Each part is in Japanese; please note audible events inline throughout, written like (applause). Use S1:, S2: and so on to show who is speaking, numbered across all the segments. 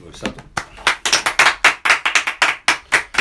S1: よいスタート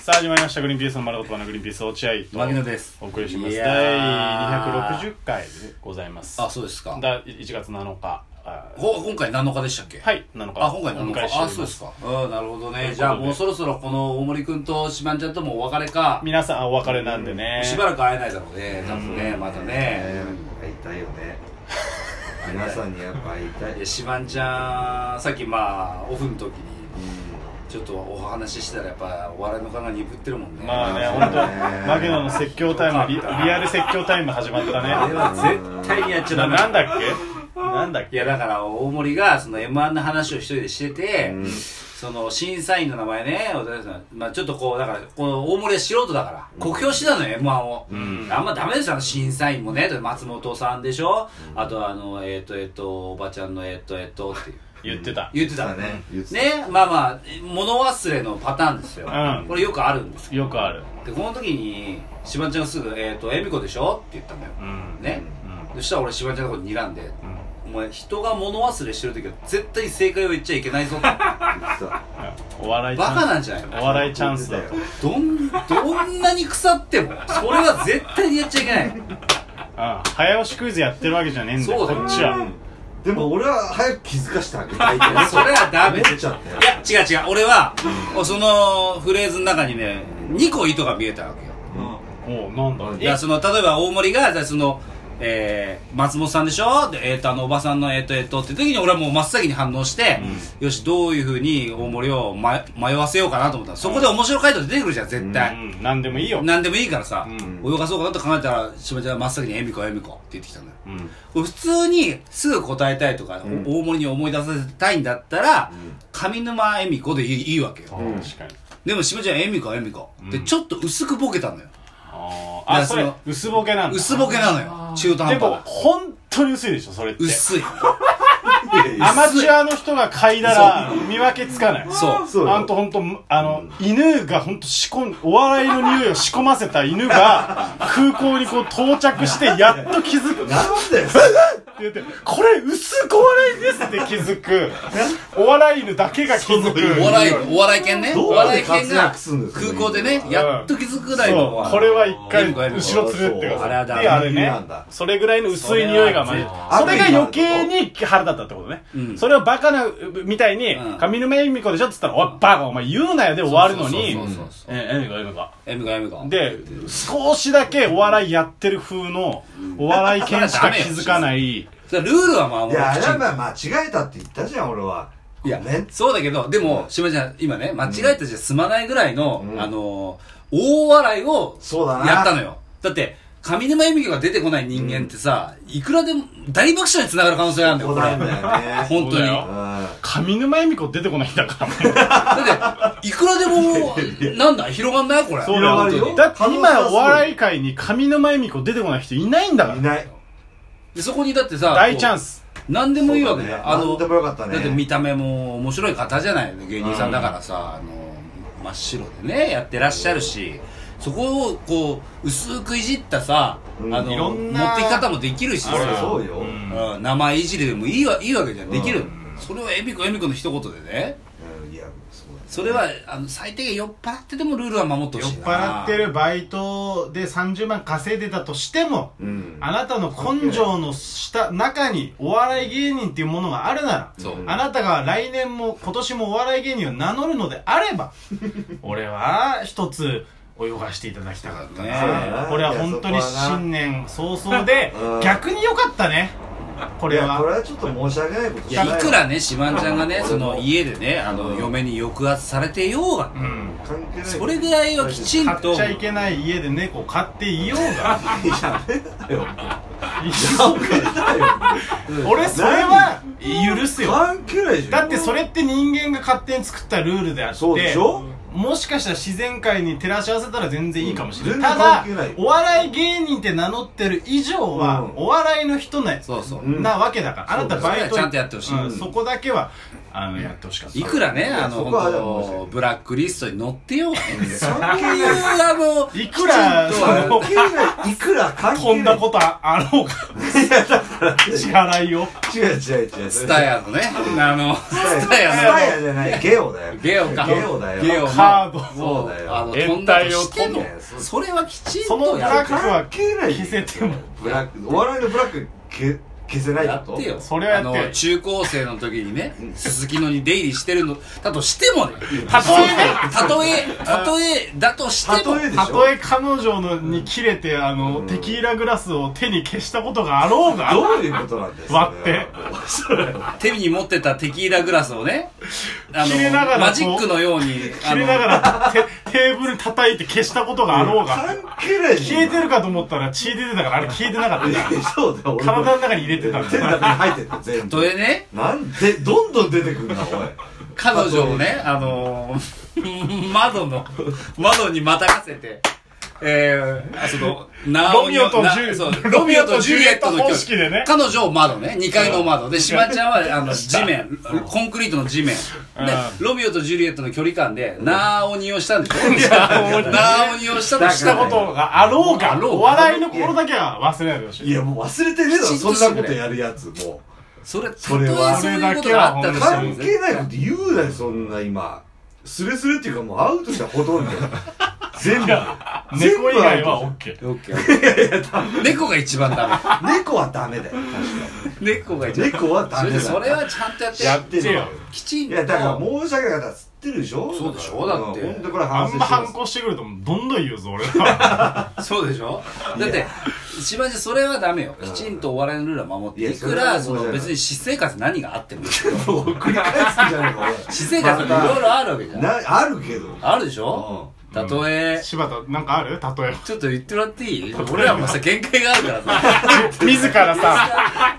S2: さあ始まりました「グリーンピースの丸言葉のグリーンピース落合」と
S1: 牧野です
S2: お送りします
S1: い
S2: 第
S1: やー
S2: 260回でございます
S1: あそうですか
S2: だ1月7日あ
S1: こ今回7日でしたっけ
S2: はい7日
S1: あ今回
S2: お
S1: 7
S2: 迎えし
S1: 日
S2: ており
S1: あ
S2: ます
S1: そうですかうんなるほど
S2: ということ
S1: ね
S2: で
S1: じゃあもうそろそろこの大森君としばんちゃんともお別れか
S2: 皆さんお別れなんでね、
S1: しばらく会えないだろうね多分ねまたね
S3: 会いたいよね
S1: (laughs)
S3: 皆さんにやっぱ会いたい
S1: いやしばんちゃんさっきまあオフの時にちょっとお話ししたらやっぱお笑いの感が鈍ってるもんね
S2: まあね
S3: あそう
S2: 本当
S3: だね
S2: マギノの説教タイムリリアル説教タイム始まったね
S1: あれは絶対にやっちゃ
S2: な
S1: ダメ
S2: なんだっけなんだっ
S1: い
S2: け
S1: やだから大森がその m 1の話を一人でしてて、
S3: うん
S1: その審査員の名前ね渡辺さん、まあ、ちょっとこうだからこの大森は素人だから酷評してたのよ m 1を、
S2: ん
S1: あんまダメですよあの審査員もね松本さんでしょ、あとあのえっ、とえっ、とおばちゃんのえっ、とえっ、とっていう
S2: 言ってた
S1: 言ってた
S3: だ
S1: のね
S3: ね言ってた
S1: ねまあまあ物忘れのパターンですよ、
S2: うん
S1: これよくあるんですよ
S2: よくある
S1: でこの時にしばんちゃんがすぐ「えっ、と恵美子でしょ?」って言ったのよ、
S2: うん
S1: ね、
S2: うん
S1: そしたら俺しばんちゃんのこと睨んで、
S2: うん
S1: お前人が物忘れしてる時は絶対正解を言っちゃいけないぞってバ
S3: 言ってた
S2: お笑いチャンス
S1: カなんじゃないの
S2: お笑いチャンスだ
S3: 言
S2: と
S3: ってたよ
S1: どんどんなに腐ってもそれは絶対にやっちゃいけない
S2: うん早押しクイズやってるわけじゃねえんだよ
S1: そうだ
S2: こ
S1: よ
S2: っちは
S3: でも俺は早く気づかしてあげたい
S1: (laughs) それはダメ
S3: 思っちゃっ
S1: い
S3: たよ
S1: や違う違う俺はそのフレーズの中にね2個意図が見えたわけよ
S2: おうなんだ
S3: うん
S1: いや
S2: え
S1: その例えば大森がじゃあそのえー松本さんでしょで、えー、とあのおばさんのえっ、とえっ、とって時に俺はもう真っ先に反応して、よしどういうふうに大森を、ま、迷わせようかなと思ったのそこで面白い回答出てくるじゃん絶対、
S2: うん何でもいいよ
S1: なんでもいいからさ、
S2: う
S1: 泳がそうかなと考えたらしばちゃんが真っ先に「えみこえみこ」って言ってきたんだよ
S2: うん
S1: これ普通にすぐ答えたいとか、
S3: うん
S1: 大盛りに思い出させたいんだったら、
S3: ん
S1: 上沼恵美子でいいいいわけよ、
S3: ん
S2: 確かに
S1: でもしばちゃんは「えみこえみこ」で
S2: うん
S1: ちょっと薄くボケたのよだか
S2: あーあ
S1: ら
S2: そ
S1: そ
S2: れ
S1: の
S2: 薄ぼけなんだ
S1: 薄ボケなのよ中途
S2: で
S1: 半端
S2: も
S1: な
S2: 本当に薄いでしょそれって
S1: 薄い
S2: アマチュアの人が嗅いだら見分けつかない
S1: そう
S3: そうよ
S2: あんと本当あの、犬が本当仕込んお笑いの匂いを仕込ませた
S1: (laughs)
S2: 犬が空港にこう到着してやっと気づく
S3: なんだよ
S1: (laughs)
S2: って言ってこれ薄くお笑いですって気づくお笑い犬だけが気づく
S1: お笑いお笑い犬ねお
S3: どうやっ
S1: 笑
S3: て
S1: い犬
S3: 活
S1: が
S3: 躍するんですか
S1: 空港でねやっと気づくぐらいの
S2: そうこれは一回
S1: エミコエミコ
S2: 後ろ連れてってください
S1: あれはダメ
S2: であれ
S3: 理由
S2: ね
S3: なんだ
S2: それぐらいの薄い匂いがまじそ
S3: そ
S2: れ
S3: れ
S2: が
S3: は
S2: 余計に腹立ったってことね、
S1: うん
S2: それをバカなうみたいに
S1: うん
S2: 「上沼恵美子でしょ」っつったら「おいバカお前言うなよ」で終わるのに
S1: そうそうそうそう
S2: 「え恵美子恵美子
S1: えみこえみこ」
S2: で少しだけお笑いやってる風のお笑い犬しか気づかない
S1: それルールは守
S3: い
S1: ろう
S3: やあ
S1: き
S3: れ
S1: ちんと
S3: は間違えたって言ったじゃん俺はい
S1: や
S3: ごめん、
S1: そうだけど、でも、しばちゃん、今ね、間違えたじゃ済まないぐらいの、
S3: うん
S1: あのー、大笑いを、
S3: そうだな
S1: やったのよ。だって、上沼恵美子が出てこない人間ってさ、いくらでも大爆笑につながる可能性があるんだよ、
S3: そう
S1: こ
S3: だ
S1: (laughs)
S3: よ
S1: れ。
S3: ね
S1: 本当
S2: そう
S1: に。
S2: だ
S1: だ
S2: よ
S3: うん
S2: 上沼恵美子出てこないん
S1: (laughs)
S2: だから
S1: って、いくらでも、
S3: (laughs)
S1: なんだ、広がんないこれ。
S2: そう
S3: だよ
S2: だ
S3: 広がる
S2: よ
S3: よ
S2: だって今お笑い界に上沼恵美子出てこない人いないんだか
S3: い
S2: ら
S3: ない
S1: でそこにだってさ、
S2: 大チャン
S1: ス。
S2: ス
S1: なんでもいいわけ
S3: そう
S1: だ
S3: だ
S1: よ
S3: ね。
S1: あ
S3: な
S1: の、
S3: んでもよかったね
S1: だって見た目も面白い方じゃない芸人さんだからさ、あの、真っ白でね、やってらっしゃるし、そこをこう、薄くいじったさ、
S3: うん
S1: あ
S3: い
S1: の、
S2: ろんな
S1: 持ってき方もできるしさ、
S3: あれそうよ
S2: ん
S1: うん名前いじりでもいいわ、いいわけじゃん。できる
S3: うん。
S1: それをエミコエミコの一言でね、
S3: うんいやそうだね
S1: それは、あの、最低限酔っ払ってでもルールは守ってほ
S2: 酔っ
S1: しいな。
S2: 払ってるバイトで30万稼いでたとしても、
S3: うん
S2: あなたの根性の下中にお笑い芸人っていうものがあるなら
S1: そう
S2: あなたが来年も今年もお笑い芸人を名乗るのであれば (laughs) 俺は一つ泳がしていただきたかったね
S1: ね
S2: これは本当に新年早々で
S3: うん
S2: 逆に良かったねこ
S3: こ
S2: れ
S3: れはこれ
S2: は
S3: はちょっと申し訳ないこと
S1: い
S3: した
S1: や、
S3: ないい
S1: くらね、シマンちゃんがね
S3: う、ん
S1: その家でね、あの、嫁に抑圧されてようが、
S2: うん
S3: 関係ない
S1: それぐらいはきちん
S2: 買
S1: と
S2: っちゃいけない家で猫飼っていようが (laughs) 俺それは許すよ
S3: 関係ないでしょ
S2: だってそれって人間が勝手に作ったルールであって
S3: そうでしょ
S2: もしかしたら自然界に照らし合わせたら全然いいかもしれない、
S3: うん
S2: た
S3: 全然
S2: だ
S3: 関係ない
S2: お笑い芸人って名乗ってる以上は、
S3: うん
S2: お笑いの人な
S1: そうそう。
S3: うん
S2: なわけだからあなたバイト
S1: そうだよちゃんとやってほしい
S2: うんそこだけはあのやってほしかった
S1: いくらね、
S3: いや
S1: あの、
S3: そこは
S1: 本当ブラックリストに載ってようがね。そういう、あの、
S2: いくら
S1: きちんと
S2: その
S3: 関係ないいくら関係ない
S2: 飛んだことあろう支払いを。
S3: 違う違う違う。
S1: スタヤのね、あの、スタ
S3: ス
S1: ヤの
S3: タヤじゃない、ゲオだよ。
S1: ゲオか。
S3: ゲオだよ。
S1: ゲオの
S2: カード
S1: そ
S3: そう
S1: う
S3: だ
S1: だ
S3: よ
S1: よ。あの、
S2: 延滞
S1: 飛
S2: を
S1: んだとして
S3: 飛
S1: も
S3: んで、
S1: それはきちん
S2: その
S1: と
S2: ブ
S1: や
S2: ラッ
S1: る
S2: クは
S3: 関係ないよ
S2: 消せても。
S3: ブラック、お笑いのブラックけ消せない
S1: や
S3: こと
S1: ってよ。
S2: それはや
S1: あ
S2: って
S1: の、中高生の時にね、鈴木のに出入りしてるの、だとしてもね、
S2: たとえね。
S1: たとえ、たとえだとしても
S3: 例、えでしたょ
S2: とえ彼女のに切れて、あの、テキーラグラスを手に消したことがあろうが、
S3: どういうことなんです
S2: 割って
S1: 手に持ってたテキーラグラスをね、あ
S2: 切れなが
S1: の、
S2: らこう
S1: マジックのように、あ
S2: 切れ
S1: の、
S2: ながらテテーブル叩いて消したことがあろうが、
S3: 関係ない
S2: 消えて
S3: る
S2: るかと思ったら血出てたから、あれ消えてなかったから。
S3: そうだよ俺も
S2: 体の中に入れてたんだ
S3: 手の中に入ってた全
S1: たと
S3: 部
S1: えね、
S3: なんでどんどん出てくるなおい
S2: (laughs)
S1: 彼女をね、あのー (laughs) 窓の、窓にまたがせて、えー、あその、な
S2: ロミオとジュ
S1: そう
S2: ロミオとジュリエット
S1: ロミオと
S2: 方
S1: ジュ
S2: 式
S1: リエット
S2: でね
S1: 彼女を窓ね、2階の窓で、しまちゃんは、あの、地面、コンクリートの地面。で、ロミオとジュリエットの距離感で、なーおにをしたんでし
S2: (laughs)
S1: ょなーおにをしたとし
S2: したた
S1: こ。
S2: こととがあろう
S1: あ
S2: が、
S1: ろうが
S2: お笑いの心だけは忘れないでほしい。
S3: いやもう忘れてねえだ
S1: き
S3: ろ
S1: ちん
S3: そ
S1: と
S3: ん
S1: してくれ
S3: なことやるやつも
S1: それ、た
S3: そ
S1: とえ
S3: れは
S1: そういうことがあったとしても
S3: 関係
S1: ね、
S3: ないこと言うなよそんな今スレスレっていうかもうアウトしたほと
S1: (laughs)
S3: んど全部全部
S2: 猫以外は
S3: アウ
S2: OK。
S1: オッケーオッケー猫が一番ダ
S3: ト猫はダ
S1: (laughs)
S3: メだよ確か
S1: メ。猫が一
S3: に
S1: 番
S3: 猫はダ
S1: それ
S3: メ
S1: で
S3: だ
S1: それはちゃんとやって、
S2: やってよ。
S1: きちん
S3: い
S1: と。
S3: やだから申し訳なかったっつってるでしょ
S1: そうでしょだって
S3: うんほんとこれ
S2: あ
S3: 反省
S2: ん
S3: し
S2: ま
S3: てま
S2: 反
S3: す
S2: 抗してくると、どんどん言うぞ、俺 (laughs) は。
S1: そうでしょだって島地それはダメよきちんとお笑いのルールは守って
S3: いや
S1: いく
S3: それ
S1: ら
S3: は
S1: そ
S3: そうじゃな
S1: の
S3: い
S1: 別に私生活何があっても
S3: もう繰り返すんじゃないかおい
S1: 私
S3: (laughs)
S1: 生活っていろいろあるわけじゃん
S3: なあるけど
S1: あるでしょたとえ
S2: 柴田、なんかある例えば。
S1: ちょっと言ってもらっていい俺らもさ限界があるから
S3: (laughs)
S1: さ
S2: (laughs) 自らさ、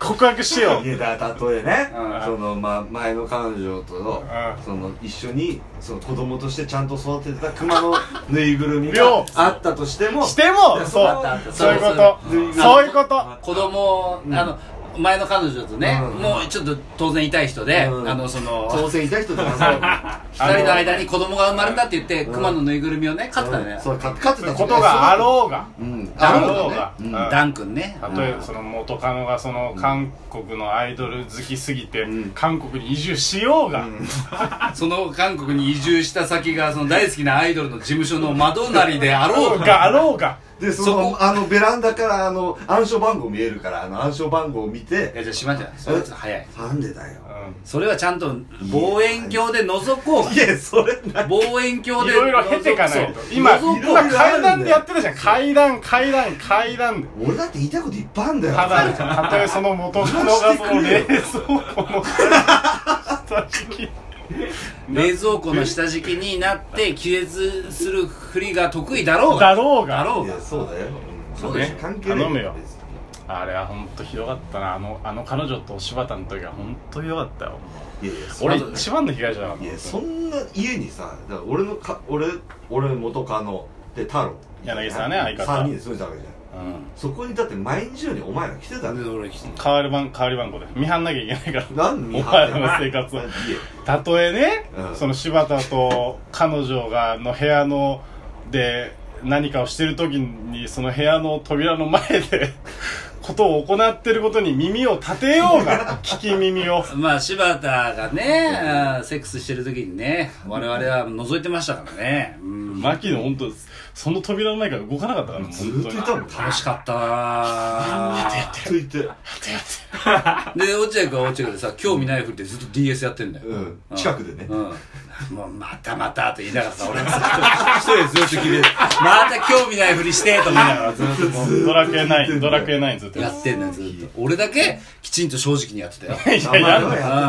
S2: 告白してよ
S3: い。やだから例えね
S1: うん
S3: その、まあ、前の彼女との
S2: うん
S3: その一緒にその子供としてちゃんと育ててた熊のぬいぐるみ
S2: よ
S3: があったとして
S2: (laughs)
S3: も
S2: しても、そ
S1: あったあっ
S2: う。
S1: た
S2: そういうこ
S3: そう
S2: と。そういうこと。
S1: 子供あの前の彼女とね
S3: うん
S1: もうちょっと当然痛い人で
S3: うん
S1: あのその
S3: 当選いた人とかさ
S1: 二人の間に子供が生まれたって言って熊のぬいぐるみをね飼ってたのよ
S3: そうか勝ってた
S2: ことがあ
S3: う
S2: ろうが。
S3: うん
S1: あ
S3: あ
S1: ろう
S3: ろう
S1: が
S3: が
S2: う
S3: ね
S2: ん
S3: うん
S1: ダン君ね
S2: 例えばその元カノがその韓国のアイドル好きすぎて
S3: うん
S2: 韓国に移住しようが
S1: その韓国に移住した先がその大好きなアイドルの事務所の窓なりであろうが
S2: があろうが
S3: でそ
S1: そこ
S3: のあのベランダからあの暗証番号見えるからあの暗証番号を見
S1: い
S3: て
S1: やじゃあ島ちゃんそれは早い
S3: なんでだよ
S1: それはちゃんと望遠鏡で覗こう
S3: いやそれな
S1: 望遠
S2: うん
S1: 鏡
S2: い
S1: で
S2: ろいろ経てかない
S1: そ
S2: と
S1: う
S2: 今
S1: 覗こう
S2: 今階段でやってるじゃん階段階段階段で
S3: 俺だって言いたいこといっぱいあんだよ
S2: ただたとえその元カノがその冷蔵庫の下敷き
S1: 冷蔵庫の下敷きになって気絶するふりが得意だろう
S2: だ
S1: が
S2: ろう
S1: だ
S2: が
S1: ろう
S3: い
S1: が
S3: やそうだようん
S1: そうでしょ
S3: 関係ない
S2: 頼むよ
S3: 別に
S2: あれは本当ひどかったなあのあの彼女と柴田の時は本当ひどかったよ
S3: いやいやそ
S2: 俺一番の被害者だから
S3: いやそんな家にさだから俺のか俺俺元カノで太郎
S2: 柳沢ね相方
S3: 3人で住んでたわけじゃん
S2: うん
S3: そこにだって毎日のようにお前ら来てた
S1: で
S3: の
S1: 俺
S2: 変わり番変わり番号で見張んなきゃいけないから
S3: 何に
S2: お前らの生活をたとえね、
S3: うん
S2: その柴田と彼女がの部屋ので何かをしてる時にその部屋の扉の前で (laughs) ことを行ってることに耳を立てようが聞き耳を
S1: まあ柴田がねあーセックスしてる時にね我々は覗いてましたからねうん
S2: 牧野本当ですその扉の前から動かなかったからね
S3: ずーっといたもんず
S1: 楽しかったなー
S3: っといて
S1: で落合君は落合君でさ興味ないふりでずっと DS やってんだよ、
S3: うん近くでね
S1: うんもうまたまたと言いながらさ俺ずっ
S3: (laughs)
S1: と一人でずっと聞いてまた興味ないふりしてと思いながらずっ
S2: ドラクエ9ドラクエ9ずっ
S3: (laughs)
S1: と
S2: と
S1: やってんのよずっと俺だけきちんと正直にやってたよ
S2: いやいや
S3: や
S1: あ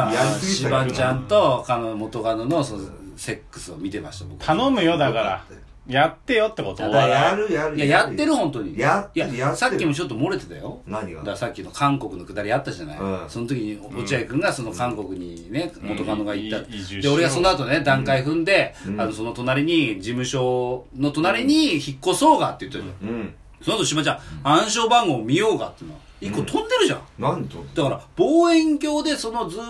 S3: ってや
S1: あ
S3: りすぎた
S1: 芝
S3: けど
S1: ちゃんと彼女元カノのそのセックスを見てました僕
S2: 頼むよだからやってよってこと
S3: だからやるやる
S1: いややってる本当に
S3: やっ
S1: い
S3: てるやって
S1: や
S3: る
S1: さっきもちょっと漏れてたよ
S3: 何
S1: だ
S3: が
S1: からさっきの韓国のくだりあったじゃない、
S3: うん
S1: その時に落合君がその韓国にね、元カノが行った、
S2: うんい移住し
S1: で
S2: よう
S1: 俺がその後ね段階踏んで、あのその隣に事務所の隣に引っ越そうがって言ったじゃん、
S3: うん
S1: その後島ちゃん暗証番号を見ようがってのは一個飛んでるじゃん、
S3: 何と
S1: だから望遠鏡でそのずっ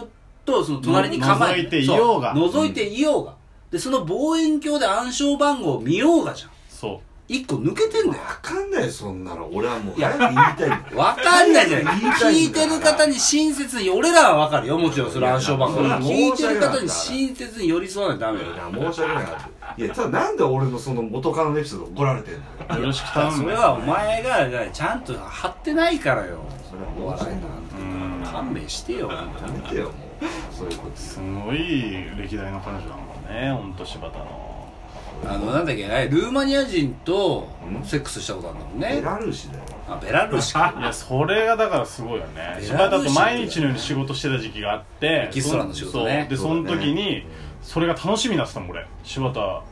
S1: とその隣に構え
S2: の覗いていようが
S1: そ覗いていようが、でその望遠鏡で暗証番号を見ようがじゃん
S2: そ
S1: 一個抜けてんだよ
S3: わかんないそんなの俺はもう
S1: いや
S3: 早く言いたいんだよ
S1: わかんないじゃない
S3: 言いた
S1: 聞
S3: い
S1: い
S3: んだ
S1: てる
S3: よ
S1: 方に親切に俺らはわかるよもちろんそれ暗証番号
S3: いや
S1: 聞いてる方
S3: 申
S1: に
S3: し
S1: 親切に寄り添わないとダメよ
S3: いや申し訳なかったいやただなんで俺のその元カノのエピソード怒られてんのよ
S2: よろしく頼む
S1: それはお前がねちゃんと張ってないからよ
S3: それは申し訳なかっ
S2: うん
S1: 勘弁してよ
S3: たやめてよもうそういうこと
S2: すごい歴代の彼女なんだねほんと柴田の
S1: あのなんだっけねルーマニア人と
S3: うん
S1: セックスしたことあるんだもん
S3: ベ
S1: ね
S3: ラルーシだよ
S1: あベラルーシか
S2: いやそれがだからすごいよね
S1: ベ
S2: 柴
S1: ラルーシ
S2: 田と毎日のように仕事してた時期があって
S1: エキストラの仕事ね
S2: そうでそ
S3: そう
S2: の
S3: だね
S2: 時にそれが楽しみになってたもん俺柴田あ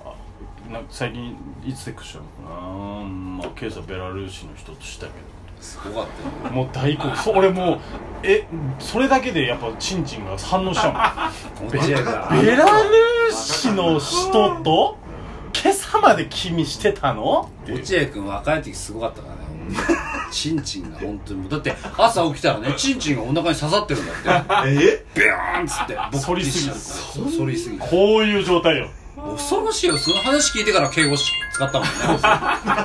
S2: なんか最近いつセックスしたのかなうんまあ今朝ベラルーシの人としたけ
S1: すごかったよ
S2: どもう大好そう俺もうえそれだけでやっぱチンチンが反応しちゃ
S1: 落合が
S2: うもんベラルーシの人と今朝まで君してたのっていう
S1: 落合君若い時すごかったからねチンチンが本当にもうだって朝起きたらねチンチンがお腹に刺さってるんだって
S3: え
S1: ビューンっつってボ
S2: (laughs) 反りすぎ
S1: た反りすぎて
S2: こういう状態よ
S1: 恐ろしいよその話聞いてから敬語し使ったもんね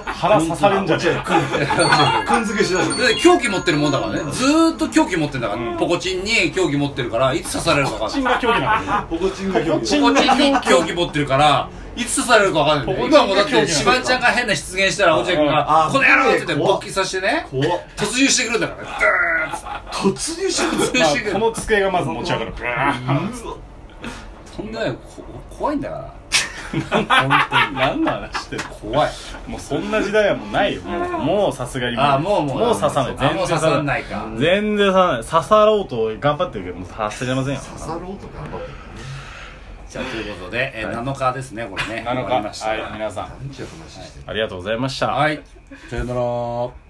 S2: 腹刺されんじゃねえ
S3: くんくんづけしないで
S1: (laughs) で凶器持ってるもんだからねずーっと凶器持ってんだから、ポコチンに凶器持ってるからいつ刺されるか分かん
S2: ポコ
S1: な
S2: チ
S1: い
S2: ンが競技なんだよ
S3: ポコチンが興味
S2: ポコチン
S1: ポコチンに凶器持ってるからいつ刺されるか分かんない、ね、
S2: ポコチン
S1: 今もだっ
S2: 凶器なん
S1: て
S2: だ
S1: シバンちゃんが変な出現したら落合君が「
S3: あ
S1: この野郎!」って言って
S3: 怖っ
S1: 勃起させてね
S3: 怖っ
S1: 突入してくるんだからねドーンっつ
S3: 突入してく
S1: って突入
S2: ま
S1: し
S2: あ
S1: てくる
S2: この机がまず持ち上がるブーン
S3: るうわ
S1: とんでもないこ怖いんだから
S2: 何の話してる
S1: 怖い
S2: もうそんな時代はもうないよもうもうさすがに
S1: あもうもう
S2: もう刺さない
S1: あもう刺さないいか
S2: 全然刺さない刺さろうと頑張ってるけどもう刺されませんよ
S3: 刺さろうと頑張って
S1: じゃあということで、えー7日ですねこれね
S2: 7
S1: わかりまし
S2: 日
S1: た
S2: はい皆さん
S3: 何ちゅう話してんの
S2: ありがとうございました
S1: はいさよなら